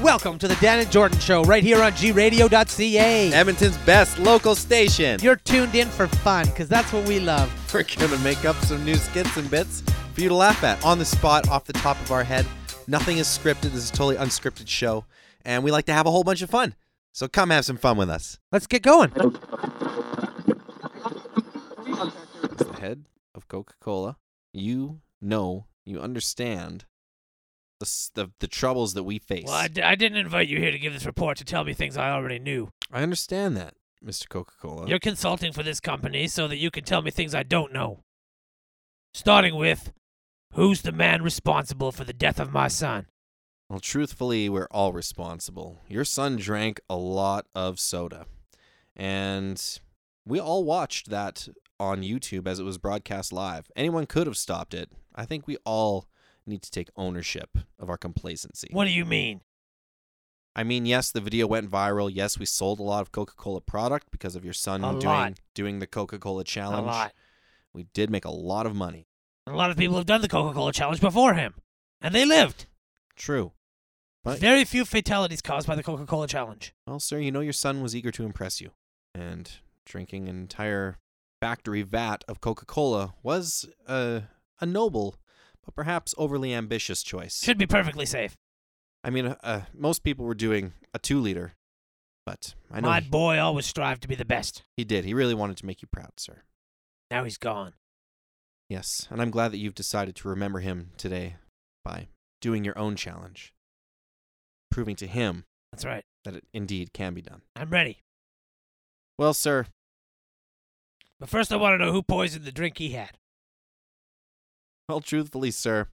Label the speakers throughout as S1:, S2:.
S1: Welcome to the Dan and Jordan Show right here on gradio.ca.
S2: Edmonton's best local station.
S1: You're tuned in for fun because that's what we love.
S2: We're gonna make up some new skits and bits for you to laugh at on the spot, off the top of our head. Nothing is scripted. This is a totally unscripted show, and we like to have a whole bunch of fun. So come have some fun with us.
S1: Let's get going.
S2: It's the head of Coca-Cola. You know, you understand the s- the, the troubles that we face.
S3: Well, I, d- I didn't invite you here to give this report to tell me things I already knew.
S2: I understand that, Mr. Coca-Cola.
S3: You're consulting for this company so that you can tell me things I don't know. Starting with, who's the man responsible for the death of my son?
S2: Well, truthfully, we're all responsible. Your son drank a lot of soda. And we all watched that on YouTube as it was broadcast live. Anyone could have stopped it. I think we all need to take ownership of our complacency.
S3: What do you mean?
S2: I mean, yes, the video went viral. Yes, we sold a lot of Coca-Cola product because of your son
S3: A
S2: doing
S3: lot.
S2: doing the Coca-Cola challenge.
S3: A lot.
S2: We did make a lot of money.
S3: A lot of people have done the Coca Cola challenge before him, and they lived.
S2: True. But
S3: Very few fatalities caused by the Coca Cola challenge.
S2: Well, sir, you know your son was eager to impress you, and drinking an entire factory vat of Coca Cola was a, a noble, but perhaps overly ambitious choice.
S3: Should be perfectly safe.
S2: I mean, uh, uh, most people were doing a two liter, but I know
S3: My
S2: he,
S3: boy always strived to be the best.
S2: he did. He really wanted to make you proud, sir.
S3: Now he's gone.
S2: Yes, and I'm glad that you've decided to remember him today by doing your own challenge, proving to him
S3: That's right.
S2: that it indeed can be done.
S3: I'm ready.
S2: Well, sir,
S3: But first, I want to know who poisoned the drink he had.
S2: Well, truthfully, sir,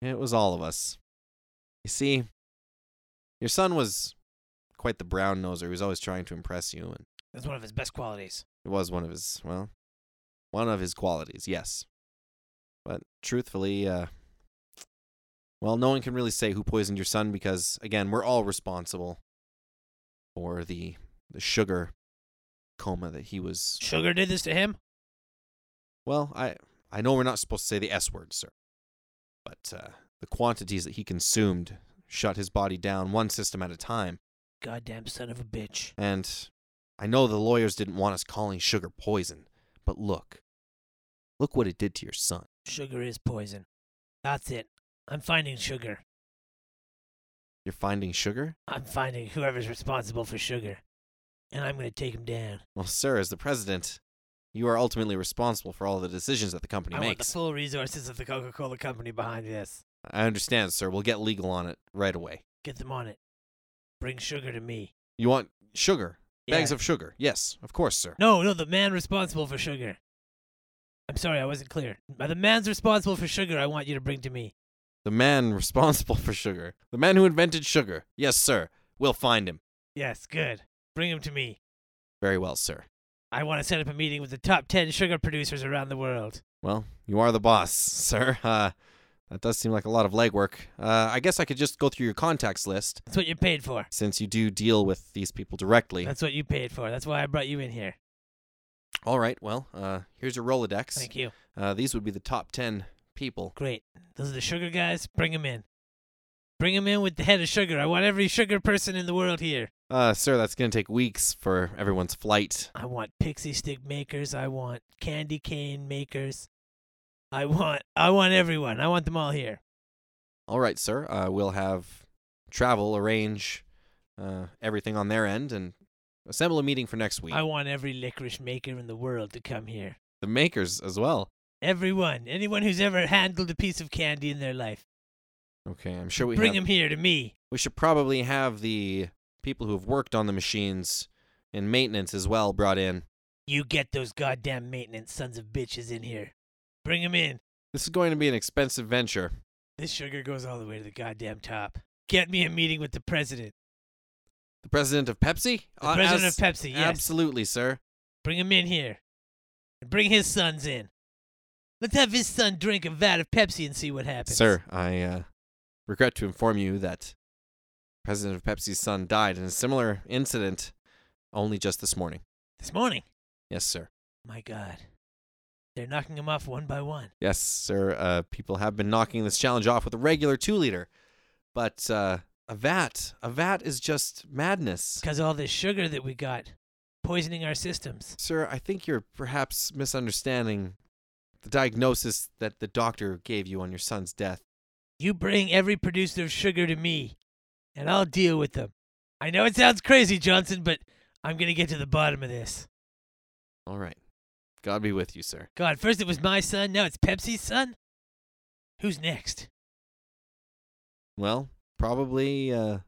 S2: it was all of us. You see, your son was quite the brown noser. He was always trying to impress you, and
S3: That's one of his best qualities.
S2: it was one of his, well, one of his qualities, yes. But truthfully, uh, well, no one can really say who poisoned your son because, again, we're all responsible for the, the sugar coma that he was.
S3: Sugar did this to him?
S2: Well, I, I know we're not supposed to say the S word, sir. But uh, the quantities that he consumed shut his body down one system at a time.
S3: Goddamn son of a bitch.
S2: And I know the lawyers didn't want us calling sugar poison, but look. Look what it did to your son.
S3: Sugar is poison. That's it. I'm finding sugar.
S2: You're finding sugar?
S3: I'm finding whoever's responsible for sugar. And I'm going to take him down.
S2: Well, sir, as the president, you are ultimately responsible for all the decisions that the company
S3: I want the
S2: makes.
S3: full resources of the Coca Cola company behind this.
S2: I understand, sir. We'll get legal on it right away.
S3: Get them on it. Bring sugar to me.
S2: You want sugar? Bags
S3: Yeah.
S2: of sugar. Yes, of course, sir.
S3: No, no, the man responsible for sugar. I'm sorry, I wasn't clear. The man's responsible for sugar, I want you to bring to me.
S2: The man responsible for sugar. The man who invented sugar. Yes, sir. We'll find him.
S3: Yes, good. Bring him to me.
S2: Very well, sir.
S3: I want to set up a meeting with the top 10 sugar producers around the world.
S2: Well, you are the boss, sir. Uh, that does seem like a lot of legwork. Uh, I guess I could just go through your contacts list
S3: That's what you're paid for.
S2: since you do deal with these people directly.
S3: That's what you paid for. That's why I brought you in here.
S2: All right, well, uh, here's your Rolodex.
S3: Thank you.
S2: Uh, these would be the top 10 people.
S3: Great. Those are the sugar guys. Bring 'em in. Bring 'em in with the head of sugar. I want every sugar person in the world here.
S2: Uh, sir, that's going to take weeks for everyone's flight.
S3: I want pixie stick makers. I want candy cane makers. I want I want everyone. I want them all here.
S2: All right, sir. Uh, we'll have travel, arrange uh, everything on their end, and assemble a meeting for next week.
S3: I want every licorice maker in the world to come here.
S2: the makers as well.
S3: Everyone, anyone who's ever handled a piece of candy in their life,
S2: Okay, I'm sure we
S3: bring
S2: have,
S3: them here to me.
S2: we should probably have the people who have worked on the machines and maintenance as well brought in.
S3: You get those goddamn maintenance sons of bitches in here. Bring 'em in.
S2: This is going to be an expensive venture.
S3: This sugar goes all the way to the goddamn top. Get me a meeting with the president.
S2: The president of Pepsi?
S3: The
S2: Uh,
S3: president
S2: as-
S3: of Pepsi, yes.
S2: Absolutely, sir.
S3: Bring him in here. And bring his sons in. Let's have his son drink a vat of Pepsi and see what happens.
S2: Sir, I uh, regret to inform you that president of Pepsi's son died in a similar incident only just this morning.
S3: This morning.
S2: Yes, sir.
S3: My God. They're knocking him off one by one.
S2: Yes, sir. Uh, people have been knocking this challenge off with a regular two liter, but uh, A vat. A vat is just madness.
S4: Because all this sugar that we got poisoning our systems.
S2: Sir, I think you're perhaps misunderstanding the diagnosis that the doctor gave you on your son's death.
S4: You bring every producer of sugar to me, and I'll deal with them. I know it sounds crazy, Johnson, but I'm going to get to the bottom of this.
S2: All right. God be with you, sir.
S4: God, first it was my son, now it's Pepsi's son? Who's next?
S2: Well, probably uh,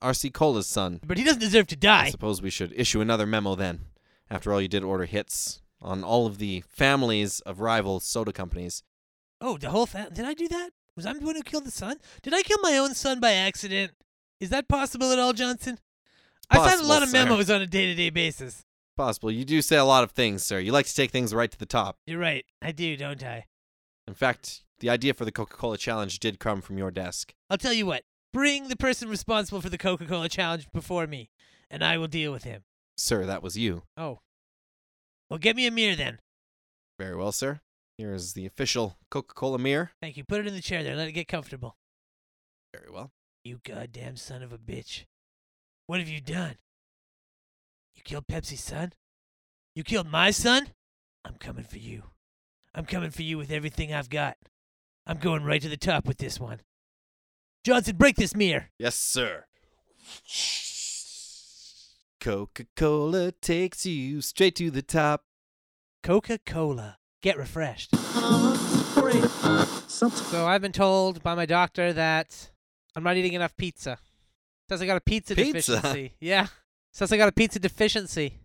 S2: R.C. Cola's son.
S4: But he doesn't deserve to
S2: I
S4: die.
S2: suppose we should issue another memo then. After all, you did order hits on all of the families of rival soda companies.
S4: Oh, the whole family. Did I do that? Was I the one who killed the son? Did I kill my own son by accident? Is that possible at all, Johnson? I sign a
S2: Possible,
S4: lot of
S2: sir.
S4: memos on a day to day basis.
S2: Possible. You do say a lot of things, sir. You like to take things right to the top.
S4: You're right. I do, don't I?
S2: In fact, the idea for the Coca Cola challenge did come from your desk.
S4: I'll tell you what. Bring the person responsible for the Coca Cola challenge before me, and I will deal with him.
S2: Sir, that was you.
S4: Oh. Well, get me a mirror then.
S2: Very well, sir. Here is the official Coca Cola mirror.
S4: Thank you. Put it in the chair there. Let it get comfortable.
S2: Very well.
S4: You goddamn son of a bitch. What have you done? You killed Pepsi's son? You killed my son? I'm coming for you. I'm coming for you with everything I've got. I'm going right to the top with this one. Johnson, break this mirror.
S2: Yes, sir. Coca Cola takes you straight to the top.
S4: Coca Cola. Get refreshed.
S5: Something.
S3: So I've been told by my doctor that I'm not eating enough pizza. Says I got a pizza,
S2: Pizza?
S3: deficiency. Yeah. Says I got a pizza deficiency.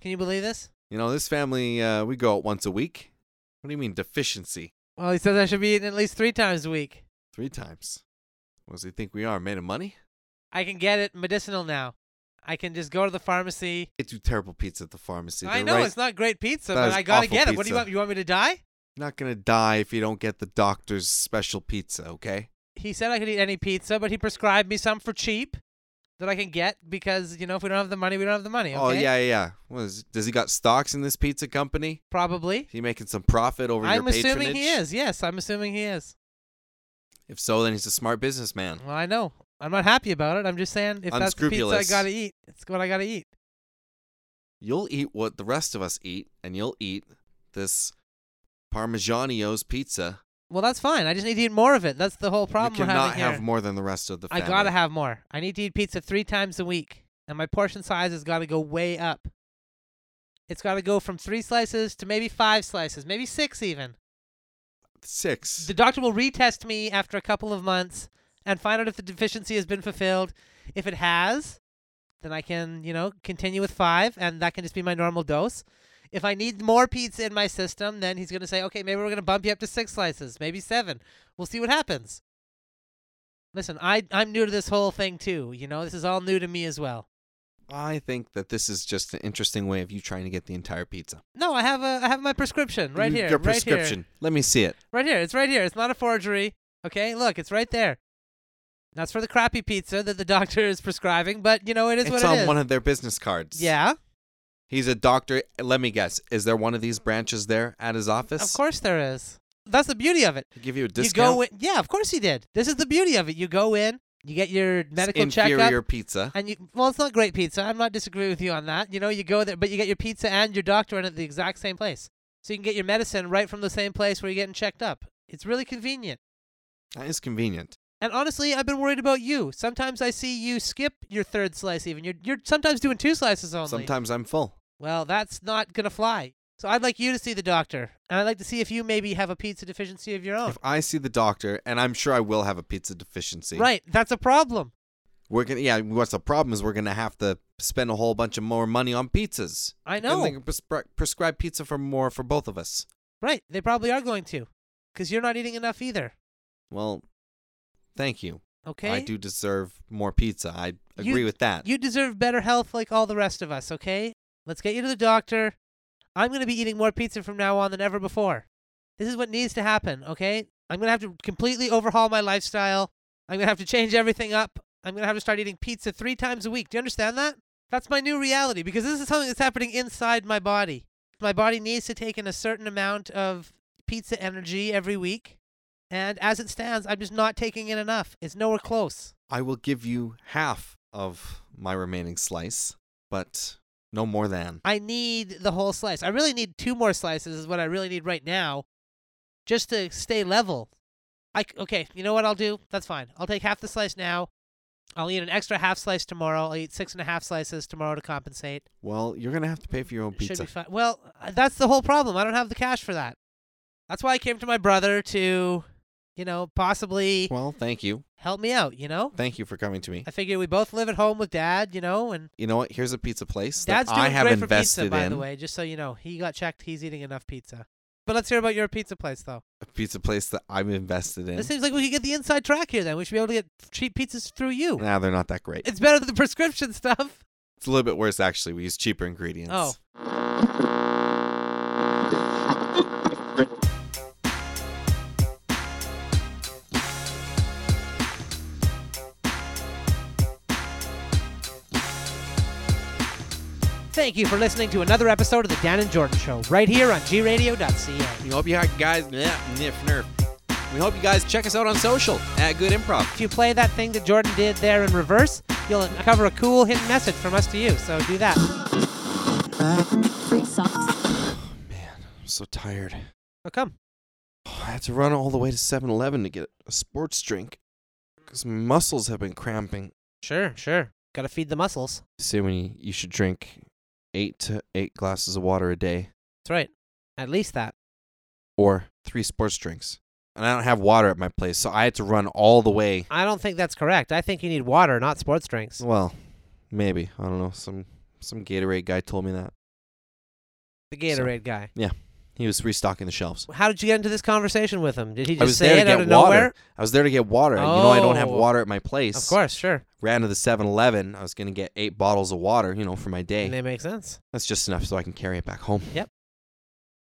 S3: Can you believe this?
S2: You know, this family, uh, we go out once a week. What do you mean deficiency?
S3: Well, he says I should be eating at least three times a week.
S2: Three times. What does he think we are, made of money?
S3: I can get it medicinal now. I can just go to the pharmacy.
S2: They do terrible pizza at the pharmacy.
S3: I
S2: They're
S3: know
S2: right-
S3: it's not great pizza,
S2: That
S3: but
S2: is
S3: I gotta
S2: awful
S3: get it. What do you
S2: pizza.
S3: want? You want me to die?
S2: not gonna die if you don't get the doctor's special pizza, okay?
S3: He said I could eat any pizza, but he prescribed me some for cheap that I can get because you know if we don't have the money, we don't have the money.
S2: Oh
S3: okay?
S2: yeah, yeah, yeah. What is, does he got stocks in this pizza company?
S3: probably.
S2: Is he making some profit over
S3: I'm
S2: your patronage?
S3: assuming he is. Yes, I'm assuming he is.
S2: If so, then he's a smart businessman.
S3: Well, I know. I'm not happy about it. I'm just saying if that's the pizza I
S2: Unscrupulous.
S3: gotta eat, it's what I gotta eat.
S2: You'll eat what the rest of us eat, and you'll eat this Parmigiano's pizza.
S3: Well, that's fine. I just need to eat more of it. That's the whole problem
S2: you
S3: we're
S2: cannot
S3: having here.
S2: have more than the rest of the
S3: I
S2: family.
S3: gotta have more. I need to eat pizza three times a week, and my portion size has gotta go way up. It's gotta go from three slices to maybe five slices, maybe six even.
S2: six.
S3: The doctor will retest me after a couple of months and find out if the deficiency has been fulfilled. If it has, then I can, you know, continue with five, and that can just be my normal dose. If I need more pizza in my system, then he's going to say, okay, maybe we're going to bump you up to six slices, maybe seven. We'll see what happens. Listen, I, I'm new to this whole thing too. You know, this is all new to me as well.
S2: I think that this is just an interesting way of you trying to get the entire pizza.
S3: No, I have a I have my prescription right
S2: You-
S3: here.
S2: Your
S3: right here.
S2: prescription. Let me see it.
S3: Right here. It's right here. It's not a forgery. Okay, look, it's right there. That's for the crappy pizza that the doctor is prescribing, but you know it is
S2: it's
S3: what
S2: on
S3: it is.
S2: one of their business cards.
S3: yeah,
S2: He's a doctor. Let me guess. Is there one of these branches there at his office?
S3: of course there is. That's the beauty of it.
S2: They give you a
S3: You
S2: discount.
S3: go in. Yeah, of course he did. This is the beauty of it. You go in, you get your
S2: It's
S3: medical
S2: inferior
S3: checkup,
S2: pizza.
S3: and you. Well, it's not great pizza. I'm not disagreeing with you on that. You know, you go there, but you get your pizza and your doctor in at the exact same place, so you can get your medicine right from the same place where you're getting checked up. It's really convenient.
S2: That is convenient.
S3: And honestly, I've been worried about you. Sometimes I see you skip your third slice even. You're you're sometimes doing two slices only.
S2: Sometimes I'm full.
S3: Well, that's not going to fly. So I'd like you to see the doctor. And I'd like to see if you maybe have a pizza deficiency of your own.
S2: If I see the doctor, and I'm sure I will have a pizza deficiency.
S3: Right, that's a problem.
S2: We're gonna. Yeah. What's the problem is we're gonna have to spend a whole bunch of more money on pizzas.
S3: I
S2: And
S3: know.
S2: they can prescri- prescribe pizza for more for both of us.
S3: right, they probably are going to. Cuz you're not eating enough either.
S2: Well, thank you.
S3: Okay?
S2: I do deserve more pizza. I
S3: You-
S2: agree with that.
S3: You deserve better health like all the rest of us, okay? Let's get you to the doctor. I'm going to be eating more pizza from now on than ever before. This is what needs to happen, okay? I'm going to have to completely overhaul my lifestyle. I'm going to have to change everything up. I'm going to have to start eating pizza three times a week. Do you understand that? That's my new reality because this is something that's happening inside my body. My body needs to take in a certain amount of pizza energy every week. And as it stands, I'm just not taking in enough. It's nowhere close.
S2: I will give you half of my remaining slice, but no more than.
S3: I need the whole slice. I really need two more slices is what I really need right now, just to stay level. I c- okay. You know what I'll do? That's fine. I'll take half the slice now. I'll eat an extra half slice tomorrow. I'll eat six and a half slices tomorrow to compensate.
S2: Well, you're gonna have to pay for your own
S3: Should
S2: pizza.
S3: be fine. Well, uh, that's the whole problem. I don't have the cash for that. That's why I came to my brother to, you know, possibly
S2: Well, thank you.
S3: help me out. You know,
S2: Thank you for coming to me.
S3: I figure we both live at home with dad. You know, and
S2: You know what? Here's a pizza place
S3: Dad's
S2: that
S3: doing
S2: I have
S3: great for
S2: invested
S3: pizza, by
S2: in.
S3: the way. Just so you know, he got checked. He's eating enough pizza. But let's hear about your pizza place, though.
S2: A pizza place that I'm invested in.
S3: This seems like we could get the inside track here. Then we should be able to get cheap pizzas through you.
S2: Nah, they're not that great.
S3: It's better than the prescription stuff.
S2: It's a little bit worse actually. We use cheaper ingredients.
S3: Oh. Thank you for listening to another episode of the Dan and Jordan Show, right here on gradio.ca.
S2: We hope you guys yeah, nif nerf. We hope you guys check us out on social at Good Improv.
S3: If you play that thing that Jordan did there in reverse, you'll uncover a cool hidden message from us to you. So do that.
S5: Free socks.
S2: I'm so tired.
S3: How Oh, come?
S2: I had to run all the way to 7-Eleven to get a sports drink because my muscles have been cramping.
S3: Sure, sure. Gotta feed the muscles.
S2: Say when you, you should drink eight to eight glasses of water a day
S3: That's right. At least that.
S2: or three sports drinks. And I don't have water at my place, so I had to run all the way.
S3: I don't think that's correct. I think you need water, not sports drinks.
S2: Well, maybe I don't know. Some some Gatorade guy told me that
S3: The Gatorade guy.
S2: he was restocking the shelves.
S3: How did you get into this conversation with him? Did he
S2: I
S3: just
S2: was
S3: say
S2: there
S3: it
S2: to
S3: out
S2: get
S3: of
S2: water.
S3: nowhere?
S2: I was there to get water. and You know, I don't have
S3: Oh.
S2: water at my place.
S3: Of course, sure.
S2: Ran to the 7 Eleven. I was going to get eight bottles of water, you know, for my day.
S3: And That makes sense.
S2: That's just enough so I can carry it back home.
S3: Yep.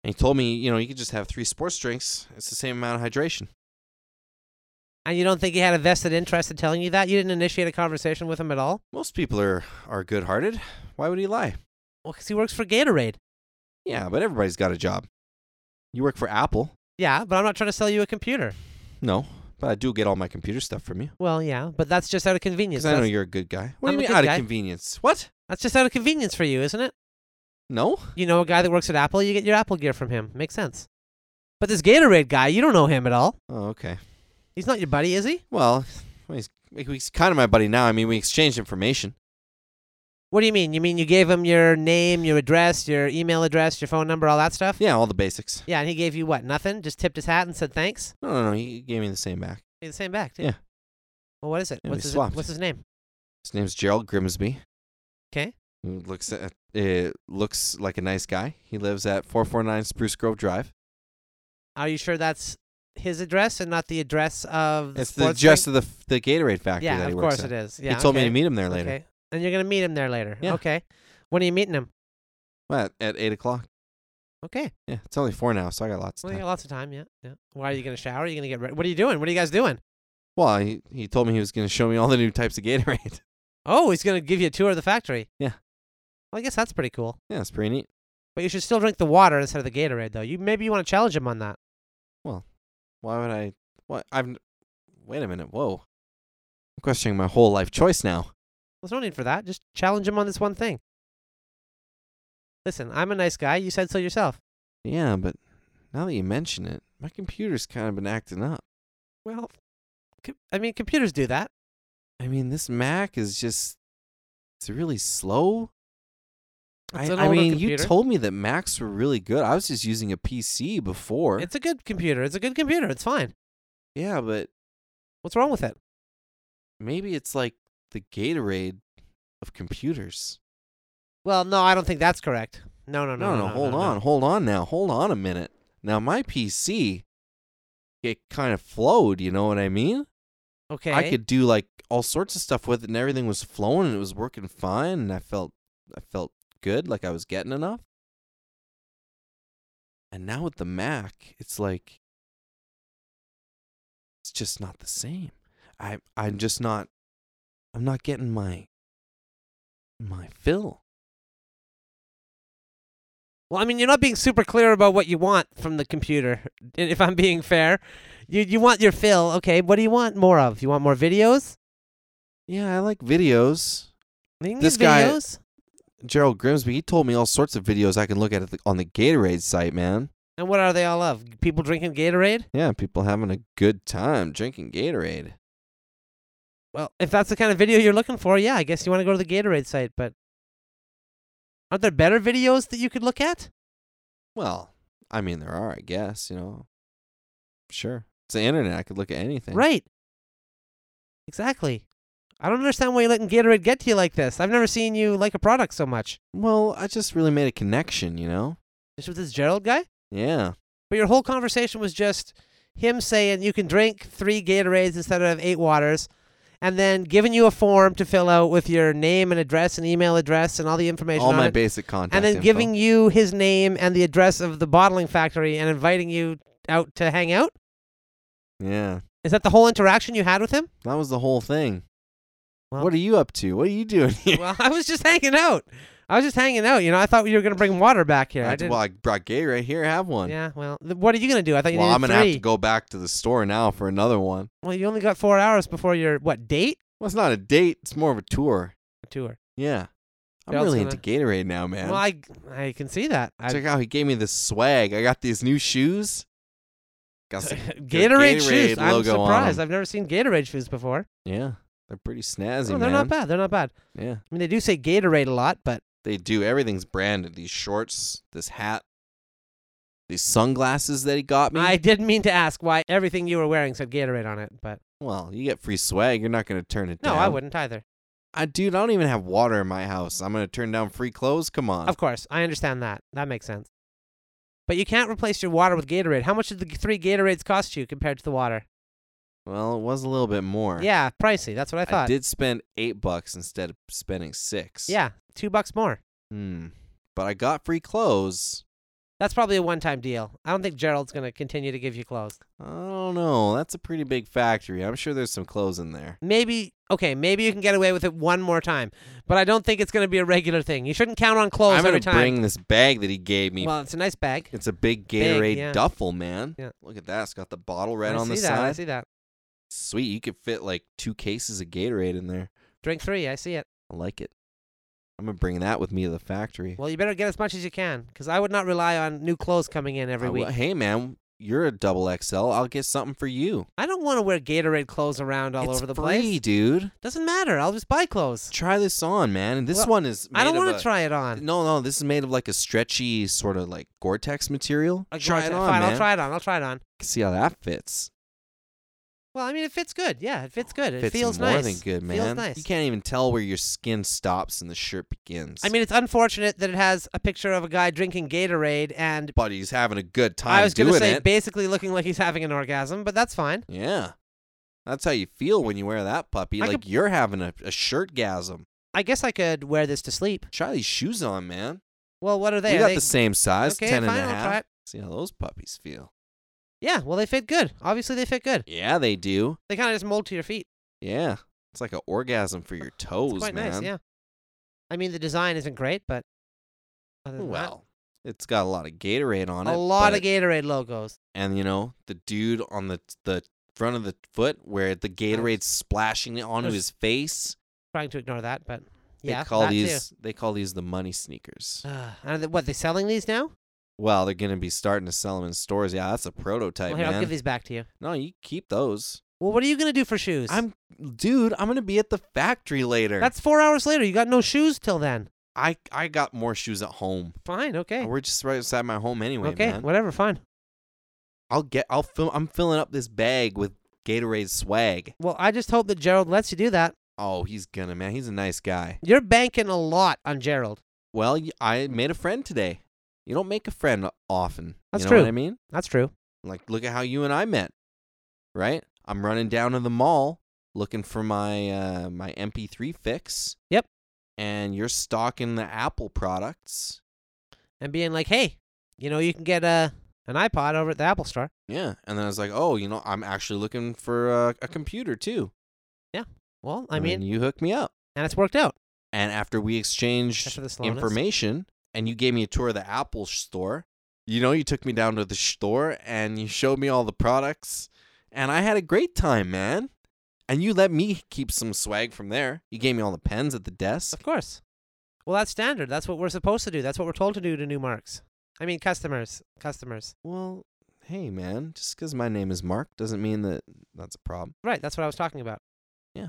S2: And he told me, you know, you could just have three sports drinks. It's the same amount of hydration.
S3: And you don't think he had a vested interest in telling you that? You didn't initiate a conversation with him at all?
S2: Most people are, are good hearted. Why would he lie?
S3: Well, 'cause he works for Gatorade.
S2: Yeah, but everybody's got a job. You work for Apple.
S3: Yeah, but I'm not trying to sell you a computer.
S2: No, but I do get all my computer stuff from you.
S3: Well, yeah, but that's just out of convenience.
S2: Because I
S3: That's,
S2: know you're a good guy. What
S3: I'm a
S2: do you mean
S3: good
S2: out
S3: guy.
S2: of convenience? What?
S3: that's just out of convenience for you, isn't it?
S2: No?
S3: You know a guy that works at Apple, you get your Apple gear from him. Makes sense. But this Gatorade guy, you don't know him at all.
S2: Oh, okay.
S3: He's not your buddy, is he?
S2: Well, he's, he's kind of my buddy now. I mean, we exchanged information.
S3: What do you mean? You mean you gave him your name, your address, your email address, your phone number, all that stuff?
S2: Yeah, all the basics.
S3: Yeah, and he gave you what? Nothing? Just tipped his hat and said thanks?
S2: No, no, no. He gave me the same back.
S3: Hey, the same back, too.
S2: Yeah.
S3: Well, what is it?
S2: Yeah, we
S3: what's, his,
S2: swapped.
S3: what's his name?
S2: His name's Gerald Grimsby.
S3: 'Kay.
S2: Who Looks at, uh, looks like a nice guy. He lives at 449 Spruce Grove Drive.
S3: Are you sure that's his address and not the address of the
S2: It's the
S3: sports
S2: address of the f- the Gatorade
S3: drink?
S2: factory
S3: Yeah,
S2: that he
S3: of
S2: works
S3: course
S2: at.
S3: it is. Yeah,
S2: he told me
S3: okay.
S2: to meet him there later.
S3: Okay. And you're going to meet him there later.
S2: Yeah.
S3: Okay. When are you meeting him?
S2: What, at 8 o'clock?
S3: Okay.
S2: Yeah, it's only 4 now, so I got lots of
S3: Well, you
S2: time.
S3: got lots of time, yeah. Yeah. Why are you going to shower? Are you going to get ready? What are you doing? What are you guys doing?
S2: Well, he, he told me he was going to show me all the new types of Gatorade.
S3: Oh, he's going to give you a tour of the factory.
S2: Yeah.
S3: Well, I guess that's pretty cool.
S2: yeah, it's pretty neat.
S3: But you should still drink the water instead of the Gatorade, though. You maybe you want to challenge him on that.
S2: Why would I? What? I've. n- Wait a minute. Whoa. I'm questioning my whole life choice now.
S3: There's no need for that. Just challenge him on this one thing. Listen, I'm a nice guy. You said so yourself.
S2: Yeah, but now that you mention it, my computer's kind of been acting up.
S3: Well, co- I mean, computers do that.
S2: I mean, this Mac is just. It's really slow. I,
S3: It's an
S2: I
S3: older
S2: mean, you
S3: computer.
S2: told me that Macs were really good. I was just using a PC before.
S3: It's a good computer. It's a good computer. It's fine.
S2: yeah, but
S3: What's wrong with it?
S2: maybe it's like the Gatorade of computers.
S3: Well, no, I don't think that's correct. No, no, no,
S2: No, no,
S3: Oh, no.
S2: hold
S3: no.
S2: on, hold on now, hold on a minute. Now my PC, it kind of flowed. You know what I mean?
S3: Okay.
S2: I could do like all sorts of stuff with it, and everything was flowing, and it was working fine, and I felt, I felt good, like I was getting enough. And now with the Mac, it's like, it's just not the same. I, I'm just not, I'm not getting my, my fill.
S3: Well, I mean, you're not being super clear about what you want from the computer. And If I'm being fair, you you want your fill. Okay, what do you want more of? You want more videos?
S2: Yeah, I like videos.
S3: They can
S2: This
S3: get
S2: guy-
S3: videos.
S2: Gerald Grimsby, he told me all sorts of videos I can look at at the, on the Gatorade site, man.
S3: And what are they all of? People drinking Gatorade?
S2: Yeah, people having a good time drinking Gatorade.
S3: Well, if that's the kind of video you're looking for, yeah, I guess you want to go to the Gatorade site, but aren't there better videos that you could look at?
S2: Well, I mean, there are, I guess, you know. Sure. It's the internet. I could look at anything.
S3: Right. Exactly. I don't understand why you're letting Gatorade get to you like this. I've never seen you like a product so much.
S2: Well, I just really made a connection, you know?
S3: Just with this Gerald guy?
S2: Yeah.
S3: But your whole conversation was just him saying you can drink three Gatorades instead of eight waters, and then giving you a form to fill out with your name and address and email address and all the information
S2: All
S3: on
S2: my
S3: it,
S2: basic contact.
S3: and then
S2: info.
S3: giving you his name and the address of the bottling factory and inviting you out to hang out.
S2: Yeah.
S3: Is that the whole interaction you had with him?
S2: That was the whole thing.
S3: Well-
S2: what are you up to? What are you doing here?
S3: well, I was just hanging out. I was just hanging out. You know, I thought you were gonna bring water back here. I,
S2: I,
S3: didn't.
S2: well, I brought Gatorade here. Have one.
S3: yeah. Well, th- what are you gonna do? I thought you
S2: well,
S3: needed
S2: I'm gonna
S3: three.
S2: have to go back to the store now for another one.
S3: Well, you only got four hours before your what date?
S2: Well, it's not a date. It's more of a tour.
S3: Tour.
S2: Yeah. I'm
S3: Gerald's
S2: really
S3: gonna-
S2: into Gatorade now, man.
S3: Well, I I can see that. I,
S2: Check out, he gave me this swag. I got these new shoes. Got some,
S3: Gatorade, shoes.
S2: Gatorade
S3: I'm
S2: logo on
S3: surprised.
S2: them.
S3: I've never seen Gatorade shoes before.
S2: yeah, they're pretty snazzy,
S3: Oh, they're
S2: man.
S3: not bad. They're not bad.
S2: Yeah,
S3: I mean, they do say Gatorade a lot, but
S2: they do. Everything's branded. These shorts, this hat, these sunglasses that he got me.
S3: I didn't mean to ask why everything you were wearing said Gatorade on it. But
S2: Well, you get free swag. You're not gonna turn it
S3: no,
S2: down.
S3: I wouldn't either.
S2: I dude, I don't even have water in my house. I'm gonna turn down free clothes. Come on.
S3: Of course, I understand that. That makes sense. But you can't replace your water with Gatorade. How much did the g- three Gatorades cost you compared to the water?
S2: Well, it was a little bit more.
S3: Yeah, pricey. That's what I
S2: I
S3: thought.
S2: did spend eight bucks instead of spending six.
S3: Yeah, two bucks more.
S2: Hmm. But I got free clothes.
S3: That's probably a one-time deal. I don't think Gerald's gonna continue to give you clothes.
S2: I don't know. That's a pretty big factory. I'm sure there's some clothes in there.
S3: maybe okay, maybe you can get away with it one more time, but I don't think it's going to be a regular thing. You shouldn't count on clothes
S2: I'm
S3: every
S2: gonna
S3: time.
S2: bring this bag that he gave me.
S3: well, it's a nice bag.
S2: it's a big
S3: big,
S2: Gatorade
S3: yeah.
S2: duffel, man.
S3: Yeah.
S2: Look at that. It's got the bottle right
S3: I
S2: on
S3: see
S2: the
S3: that. I
S2: side.
S3: see that.
S2: Sweet. You could fit like two cases of Gatorade in there.
S3: Drink three. I see it.
S2: I like it. I'm gonna bring that with me to the factory.
S3: Well, you better get as much as you can, because I would not rely on new clothes coming in every
S2: I
S3: week.
S2: will- hey, man, you're a double XL. I'll get something for you.
S3: I don't want to wear Gatorade clothes around all
S2: it's
S3: over the
S2: free,
S3: place.
S2: dude.
S3: Doesn't matter. I'll just buy clothes.
S2: Try this on, man. And this
S3: Well,
S2: one is.
S3: I don't
S2: want
S3: to try it on.
S2: No, no, this is made of like a stretchy sort of like Gore-Tex material.
S3: Like,
S2: try
S3: Gore-Tex.
S2: it on,
S3: Fine,
S2: man.
S3: I'll try it on. I'll try it on.
S2: See how that fits.
S3: Well, I mean, it fits good. Yeah, it fits good. It
S2: fits
S3: feels
S2: more
S3: nice.
S2: than good, man.
S3: Feels nice.
S2: You can't even tell where your skin stops and the shirt begins.
S3: I mean, it's unfortunate that it has a picture of a guy drinking Gatorade and
S2: but he's having a good time
S3: I was
S2: doing
S3: gonna say
S2: it.
S3: basically looking like he's having an orgasm, but that's fine.
S2: yeah, that's how you feel when you wear that puppy.
S3: I
S2: like you're having a, a shirt gasm.
S3: I guess I could wear this to sleep.
S2: Try these shoes on, man.
S3: Well, what are they?
S2: we
S3: Are
S2: got
S3: they-
S2: the same size,
S3: okay,
S2: 10 and
S3: fine,
S2: a
S3: I'll
S2: half.
S3: try it.
S2: See how those puppies feel.
S3: Yeah, well, they fit good. Obviously, they fit good.
S2: Yeah, they do.
S3: They kind of just mold to your feet.
S2: Yeah, it's like an orgasm for your toes,
S3: It's quite
S2: man.
S3: nice. Yeah. I mean, the design isn't great, but other than that-
S2: Oh, Well, it's got a lot of Gatorade on it.
S3: a lot
S2: but-
S3: of Gatorade logos.
S2: and you know the dude on the the front of the foot where the Gatorade's splashing it onto
S3: There's-
S2: his face.
S3: Trying to ignore that, but
S2: They
S3: yeah,
S2: call
S3: that
S2: these they call these the money sneakers.
S3: Too. Uh, and th- what they selling these now?
S2: Well, they're gonna be starting to sell them in stores. Yeah, that's a prototype,
S3: well, here, I'll
S2: man.
S3: give these back to you.
S2: no, you keep those.
S3: Well, what are you gonna do for shoes?
S2: I'm dude. I'm gonna be at the factory later.
S3: That's four hours later. You got no shoes till then.
S2: I I got more shoes at home.
S3: Fine. Okay.
S2: We're just right outside my home anyway,
S3: okay.
S2: man.
S3: Whatever. Fine.
S2: I'll get. I'll fill. I'm filling up this bag with Gatorade swag.
S3: Well, I just hope that Gerald lets you do that.
S2: Oh, he's gonna man. He's a nice guy.
S3: You're banking a lot on Gerald.
S2: Well, y- I made a friend today. You don't make a friend o- often.
S3: That's
S2: you know
S3: true.
S2: what I mean?
S3: That's true.
S2: Like, look at how you and I met, right? I'm running down to the mall looking for my uh, my MP3 fix.
S3: Yep.
S2: And you're stocking the Apple products.
S3: And being like, hey, you know, you can get a an iPod over at the Apple Store.
S2: Yeah. And then I was like, oh, you know, I'm actually looking for uh, a, a computer too.
S3: Well, I
S2: and then
S3: mean,
S2: you hooked me up.
S3: and it's worked out.
S2: And after we exchanged
S3: After the slowness.
S2: information and you gave me a tour of the Apple store, you know, you took me down to the store and you showed me all the products. And I had a great time, man. And you let me keep some swag from there. You gave me all the pens at the desk.
S3: Of course. Well, that's standard. That's what we're supposed to do. That's what we're told to do to new marks. I mean, customers. Customers.
S2: Well, hey, man, just because my name is Mark doesn't mean that that's a problem.
S3: Right. That's what I was talking about.
S2: Yeah.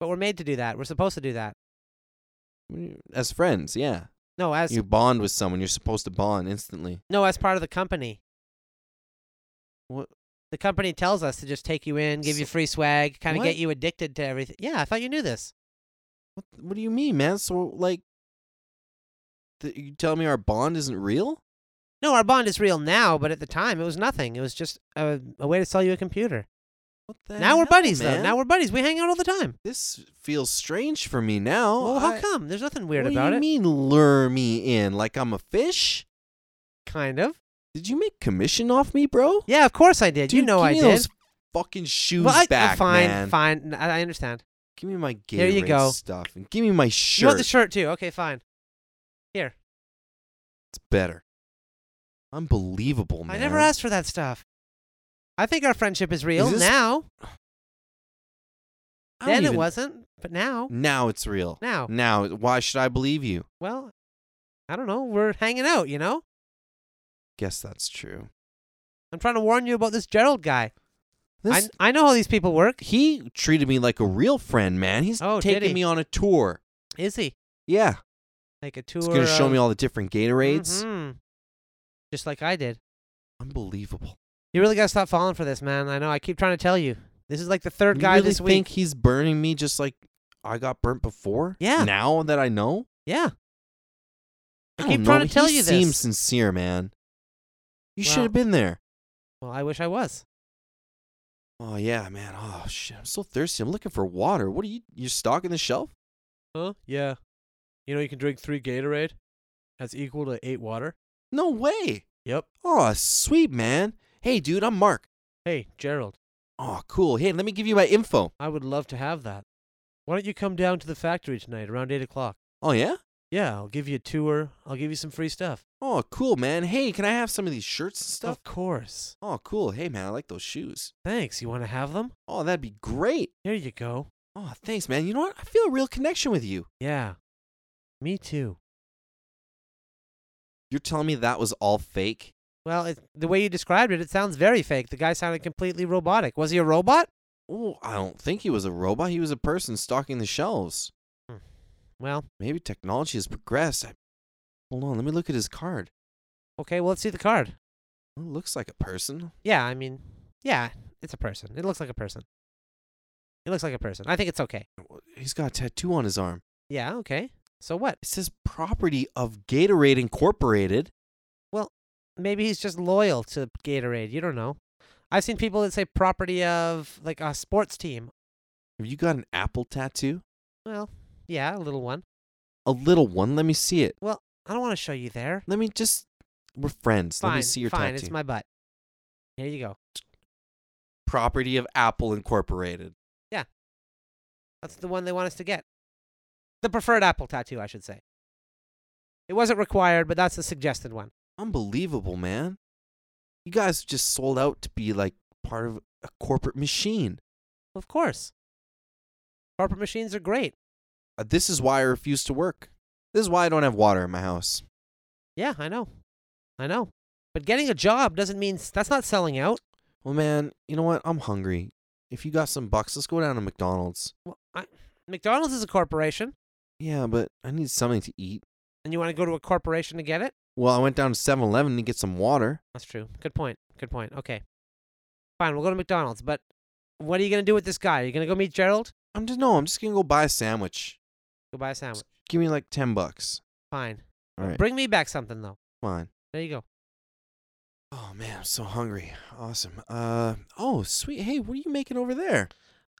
S3: But we're made to do that. We're supposed to do that.
S2: As friends, yeah.
S3: No, as
S2: You bond with someone, you're supposed to bond instantly.
S3: no, as part of the company.
S2: What?
S3: The company tells us to just take you in, give you
S2: So-
S3: free swag, kind of
S2: What?
S3: get you addicted to everything. Yeah, I thought you knew this.
S2: What, what do you mean, man? So, like, th- you tell me our bond isn't real?
S3: No, our bond is real now, but at the time it was nothing. It was just a, a way to sell you a computer.
S2: What the
S3: now we're
S2: hell,
S3: buddies,
S2: man?
S3: though. Now we're buddies. We hang out all the time.
S2: This feels strange for me now.
S3: well, how
S2: Oh, I-
S3: come? There's nothing weird
S2: what
S3: about
S2: do you
S3: it.
S2: mean lure me in like I'm a fish?
S3: Kind of.
S2: Did you make commission off me, bro?
S3: Yeah, of course I did.
S2: Dude,
S3: you know
S2: give
S3: I
S2: me
S3: did.
S2: those fucking shoes
S3: Well, I- uh,
S2: back,
S3: fine,
S2: man.
S3: fine. N- I I understand.
S2: Give me my Gatorade
S3: There you go.
S2: stuff and give me my shirt.
S3: You want the shirt too? Okay, fine.
S2: It's better. Unbelievable, man.
S3: I never asked for that stuff. I think our friendship is real
S2: this-
S3: now.
S2: I don't
S3: Then it
S2: even- Mm.
S3: wasn't, but now,
S2: Now it's real.
S3: now,
S2: Now, why should I believe you?
S3: well, I don't know. We're hanging out, you know.
S2: Guess that's true.
S3: I'm trying to warn you about this Gerald guy.
S2: This,
S3: I I know how these people work.
S2: he treated me like a real friend, man. He's
S3: Oh, did he?
S2: taking me on a tour.
S3: Is he
S2: Yeah.
S3: like a tour?
S2: He's going to show
S3: of-
S2: me all the different Gatorades.
S3: Mhm. Just like I did.
S2: Mm-hmm. Unbelievable.
S3: You really gotta stop falling for this, man. I know. I keep trying to tell you. This is like the third
S2: You
S3: guy
S2: really
S3: this week.
S2: think he's burning me just like I got burnt before?
S3: Yeah.
S2: Now that I know?
S3: Yeah. I
S2: don't
S3: keep
S2: know,
S3: trying to
S2: but
S3: tell
S2: he
S3: you
S2: seems
S3: this.
S2: sincere, man. You should
S3: Well-
S2: have been there.
S3: Well, I wish I was.
S2: Oh yeah, man. Oh shit, I'm so thirsty. I'm looking for water. What are you? You're stocking the shelf?
S4: Huh? Yeah. You know you can drink three Gatorade. That's equal to eight water.
S2: No way.
S4: Yep.
S2: Oh sweet, man. Hey, dude, I'm Mark.
S4: Hey, Gerald,
S2: Oh cool. Hey, let me give you my info.
S4: I would love to have that. Why don't you come down to the factory tonight around eight o'clock?
S2: Oh yeah.
S4: Yeah, I'll give you a tour. I'll give you some free stuff.
S2: Oh cool, man. Hey, can I have some of these shirts
S3: Oh.
S2: and stuff?
S4: Of course.
S2: Oh cool. Hey man, I like those shoes.
S4: Thanks. You want to have them?
S2: Oh, that'd be great.
S4: Here you go.
S2: Oh, thanks, man. You know what? I feel a real connection with you.
S4: Yeah. Me too.
S2: You're telling me that was all fake?
S3: Well, it, the way you described it, it sounds very fake. The guy sounded completely robotic. Was he a robot?
S2: Oh, I don't think he was a robot. He was a person stocking the shelves.
S3: Well,
S2: Maybe technology has progressed. I... Hold on, let me look at his card.
S3: okay. Well, let's see the card.
S2: Well, it looks like a person.
S3: Yeah, I mean, yeah, it's a person. It looks like a person. It looks like a person. I think it's okay.
S2: He's got a tattoo on his arm.
S3: Yeah, okay. So what?
S2: It says property of Gatorade Incorporated.
S3: Maybe he's just loyal to Gatorade. You don't know. I've seen people that say property of like a sports team.
S2: Have you got an apple tattoo?
S3: Well, yeah, a little one.
S2: A little one. Let me see it.
S3: Well, I don't want to show you there.
S2: Let me just. We're friends.
S3: Fine,
S2: let me see your
S3: fine.
S2: tattoo.
S3: It's my butt. Here you go.
S2: property of Apple Incorporated.
S3: That's the one they want us to get. The preferred Apple tattoo, I should say. It wasn't required, but that's the suggested one.
S2: Unbelievable, man. You guys just sold out to be like part of a corporate machine.
S3: Of course. Corporate machines are great.
S2: Uh, This is why I refuse to work. This is why I don't have water in my house.
S3: Yeah, I know. I know. But getting a job doesn't mean s- that's not selling out.
S2: Well, man, you know what? I'm hungry. If you got some bucks, let's go down to McDonald's.
S3: Well, I, McDonald's is a corporation,
S2: Yeah, but I need something to eat.
S3: and you want to go to a corporation to get it?
S2: Well, I went down to 7 Eleven to get some water.
S3: That's true. Good point. Good point. Okay. Fine, we'll go to McDonald's, but what are you going to do with this guy? Are you going to go meet Gerald?
S2: I'm just, no, I'm just going to go buy a sandwich.
S3: Go buy a sandwich.
S2: Give me like 10 bucks.
S3: Fine.
S2: All right,
S3: Bring me back something, though.
S2: fine.
S3: There you go.
S2: Oh, man, I'm so hungry. Awesome. Uh, oh, sweet. Hey, what are you making over there?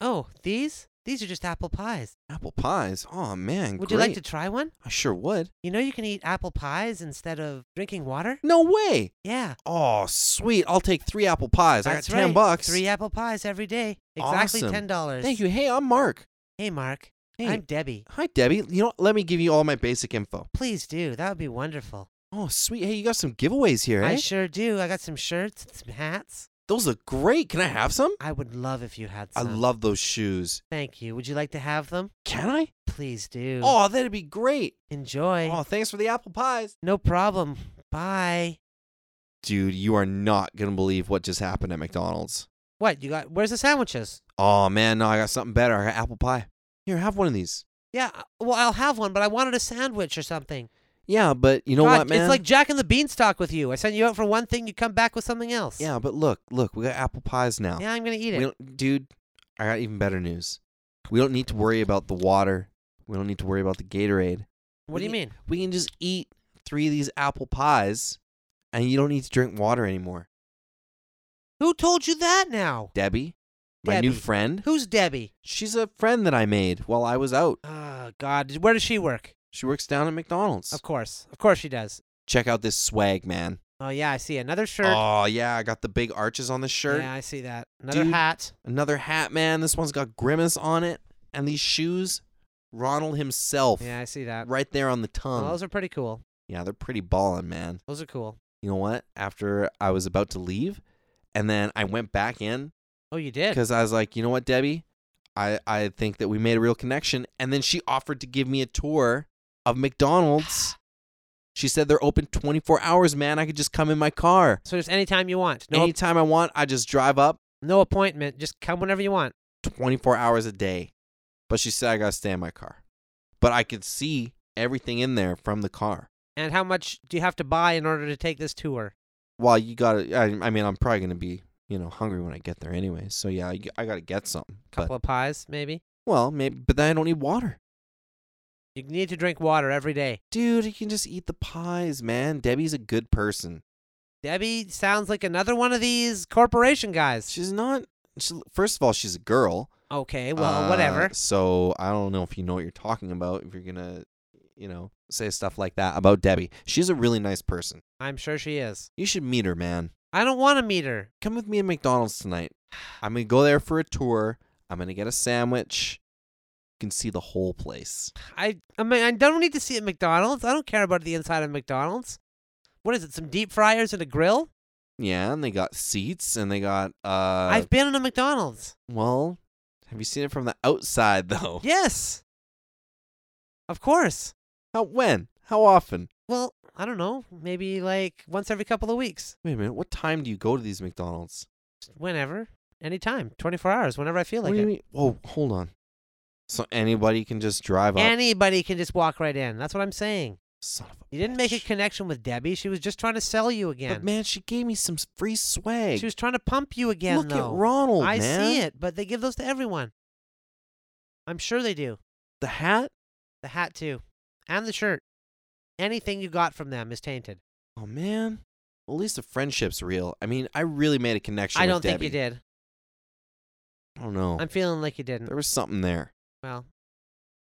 S3: Oh, these? These are just apple pies.
S2: Apple pies. Oh, man,
S3: Would
S2: great.
S3: you like to try one?
S2: I sure would.
S3: You know you can eat apple pies instead of drinking water?
S2: No way.
S3: Yeah.
S2: Oh, sweet. I'll take three apple pies. I got
S3: that's
S2: 10
S3: right.
S2: bucks.
S3: Three apple pies every day. Exactly
S2: Awesome.
S3: $10.
S2: Thank you. Hey, I'm Mark.
S3: Hey, Mark.
S2: Hey.
S3: I'm Debbie.
S2: Hi, Debbie. You know, what? let me give you all my basic info.
S3: Please do. That would be wonderful.
S2: Oh, sweet. Hey, you got some giveaways here, eh?
S3: I sure do. I got some shirts and some hats.
S2: Those look great. Can I have some?
S3: I would love if you had
S2: I
S3: some.
S2: love those shoes.
S3: Thank you. Would you like to have them?
S2: Can I?
S3: Please do.
S2: Oh, that'd be great.
S3: Enjoy.
S2: Oh, thanks for the apple pies.
S3: No problem. Bye.
S2: Dude, you are not going to believe what just happened at McDonald's.
S3: What you got? Where's the sandwiches?
S2: Oh, man, no, I got something better. I got apple pie. Here, have one of these.
S3: Yeah. uh, Well, I'll have one, but I wanted a sandwich or something.
S2: Yeah, but you know
S3: God,
S2: what, man?
S3: It's like Jack and the Beanstalk with you. I send you out for one thing, you come back with something else.
S2: yeah, but look, look, we got apple pies now.
S3: Yeah, I'm gonna eat
S2: We
S3: it.
S2: don't, dude, I got even better news. We don't need to worry about the water. We don't need to worry about the Gatorade.
S3: what do you
S2: we-
S3: mean?
S2: We can just eat three of these apple pies and you don't need to drink water anymore.
S3: Who told you that now?
S2: Debbie, my new
S3: Debbie.
S2: friend,
S3: Who's Debbie?
S2: she's a friend that I made while I was out.
S3: Oh God, did- where does she work?
S2: She works down at McDonald's.
S3: Of course, of course she does.
S2: Check out this swag, man.
S3: Oh yeah, I see another shirt.
S2: Oh, yeah, I got the big arches on the shirt.
S3: Yeah, I see that. Another
S2: Dude.
S3: hat.
S2: Another hat, man. This one's got Grimace on it. And these shoes, Ronald himself,
S3: Yeah, I see that.
S2: right there on the
S3: Well,
S2: tongue.
S3: those are pretty cool.
S2: Yeah, they're pretty ballin', man.
S3: Those are cool.
S2: You know what? After I was about to leave, and then I went back in
S3: Oh, you did.
S2: because I was like, you know what, Debbie, I I think that we made a real connection. And then she offered to give me a tour of McDonald's. She said they're open 24 hours, man. I could just come in my car
S3: So just any time you want. No,
S2: anytime I want. I just drive up
S3: no appointment. Just come whenever you want.
S2: 24 hours a day. But she said I gotta stay in my car, but I could see everything in there from the car.
S3: And how much do you have to buy in order to take this tour?
S2: Well, you gotta. I, I mean, I'm probably gonna be you know hungry when I get there anyway. So yeah, I, I gotta get something. But,
S3: couple of pies, maybe.
S2: well, maybe, but then I don't need water.
S3: You need to drink water every day.
S2: Dude, you can just eat the pies, man. Debbie's a good person.
S3: Debbie sounds like another one of these corporation guys.
S2: She's not. She, first of all, she's a girl.
S3: Okay, well,
S2: Uh,
S3: whatever.
S2: So I don't know if you know what you're talking about. If you're gonna, you know, say stuff like that about Debbie, she's a really nice person.
S3: I'm sure she is.
S2: You should meet her, man.
S3: I don't want to meet her.
S2: Come with me to McDonald's tonight. I'm gonna go there for a tour. I'm gonna get a sandwich. You can see the whole place.
S3: I I mean I don't need to see at McDonald's. I don't care about the inside of McDonald's. What is it? Some deep fryers and a grill?
S2: Yeah, and they got seats and they got uh
S3: I've been in a McDonald's.
S2: well, have you seen it from the outside though?
S3: Yes. Of course.
S2: How when? How often?
S3: Well, I don't know. Maybe like once every couple of weeks.
S2: Wait a minute, what time do you go to these McDonald's?
S3: Just whenever. Anytime. 24 hours. Whenever I feel
S2: What
S3: like
S2: do you
S3: it.
S2: mean? Whoa, hold on. So anybody can just drive up.
S3: Anybody can just walk right in. That's what I'm saying.
S2: Son of a
S3: You didn't make a
S2: bitch.
S3: connection with Debbie. She was just trying to sell you
S2: But
S3: again.
S2: man, she gave me some free swag.
S3: She was trying to pump you again,
S2: Look
S3: though.
S2: at Ronald,
S3: I
S2: man.
S3: see it, but they give those to everyone. I'm sure they do.
S2: The hat?
S3: The hat too, and the shirt. Anything you got from them is tainted.
S2: Oh man. Well, at least the friendship's real. I mean, I really made a connection
S3: I
S2: with
S3: don't think
S2: Debbie. Oh.
S3: you did.
S2: I don't know.
S3: I'm feeling like you didn't.
S2: There was something there.
S3: Well,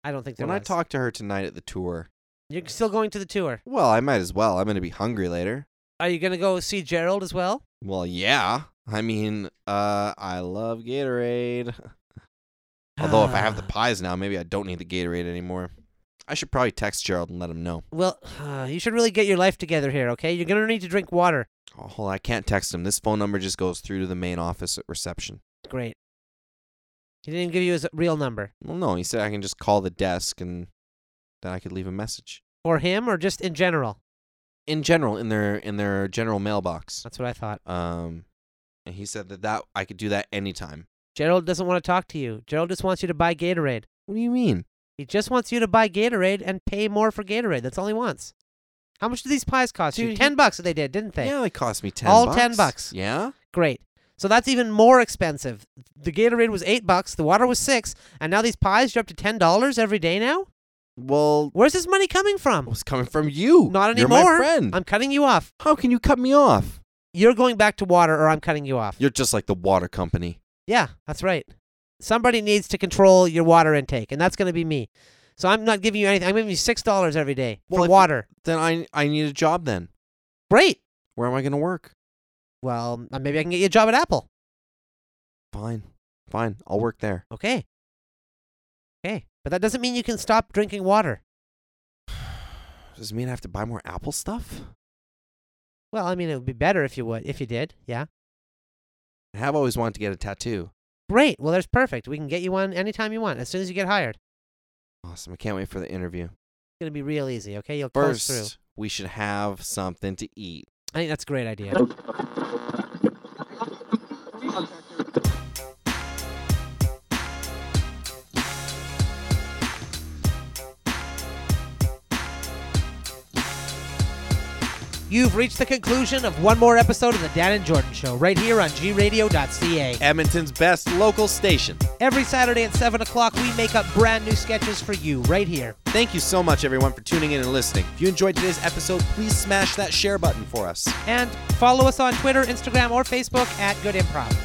S3: I don't think there
S2: When I
S3: was.
S2: talked to her tonight at the tour,
S3: You're still going to the tour.
S2: well, I might as well. I'm going to be hungry later.
S3: Are you gonna go see Gerald as well?
S2: Well, yeah. I mean, uh, I love Gatorade. Although if I have the pies now, maybe I don't need the Gatorade anymore. I should probably text Gerald and let him know.
S3: Well, you should really get your life together here, okay? You're gonna need to drink water.
S2: Oh, hold on, I can't text him. This phone number just goes through to the main office at reception.
S3: Great. He didn't give you his real number,
S2: Well, no, he said I can just call the desk and then I could leave a message.
S3: or him, or just in general.
S2: In general, in their in their general mailbox.
S3: That's what I thought.
S2: Um, and he said that that I could do that anytime.
S3: Gerald doesn't want to talk to you. Gerald just wants you to buy Gatorade.
S2: What do you mean?
S3: He just wants you to buy Gatorade and pay more for Gatorade. That's all he wants. How much do these pies cost you?
S2: Dude, he-
S3: Ten bucks they did, didn't they?
S2: Yeah, they cost me ten.
S3: All
S2: bucks.
S3: 10 bucks.
S2: Yeah.
S3: Great. So that's even more expensive. The Gatorade was eight bucks, the water was six, and now these pies are up to ten dollars every day now?
S2: Well,
S3: Where's this money coming
S2: it
S3: from?
S2: was coming from you.
S3: Not
S2: Oh, You're
S3: anymore.
S2: my friend.
S3: I'm cutting you off.
S2: How can you cut me off?
S3: You're going back to water or I'm cutting you off.
S2: You're just like the water company.
S3: Yeah, that's right. Somebody needs to control your water intake, and that's gonna be me. So I'm not giving you anything. I'm giving you six dollars every day
S2: Well, if
S3: for
S2: you-
S3: water.
S2: Then I I need a job. Then
S3: Great.
S2: where am I gonna work?
S3: Well, uh, maybe I can get you a job at Apple.
S2: Fine, fine. I'll work there.
S3: Okay. Okay. But that doesn't mean you can stop drinking water.
S2: Does it mean I have to buy more Apple stuff?
S3: Well, I mean, it would be better if you would, if you did. Yeah.
S2: I have always wanted to get a tattoo.
S3: Great. Well, that's perfect. We can get you one anytime you want, as soon as you get hired.
S2: Awesome. I can't wait for the interview.
S3: It's gonna be real easy. Okay, you'll
S2: First,
S3: close through.
S2: we should have something to eat.
S3: I think that's a great idea. You've reached the conclusion of one more episode of the Dan and Jordan Show, right here on gradio.ca.
S2: Edmonton's best local station.
S3: Every Saturday at 7 o'clock, we make up brand new sketches for you, right here.
S2: Thank you so much, everyone, for tuning in and listening. If you enjoyed today's episode, please smash that share button for us.
S3: And follow us on Twitter, Instagram, or Facebook at Good Improv.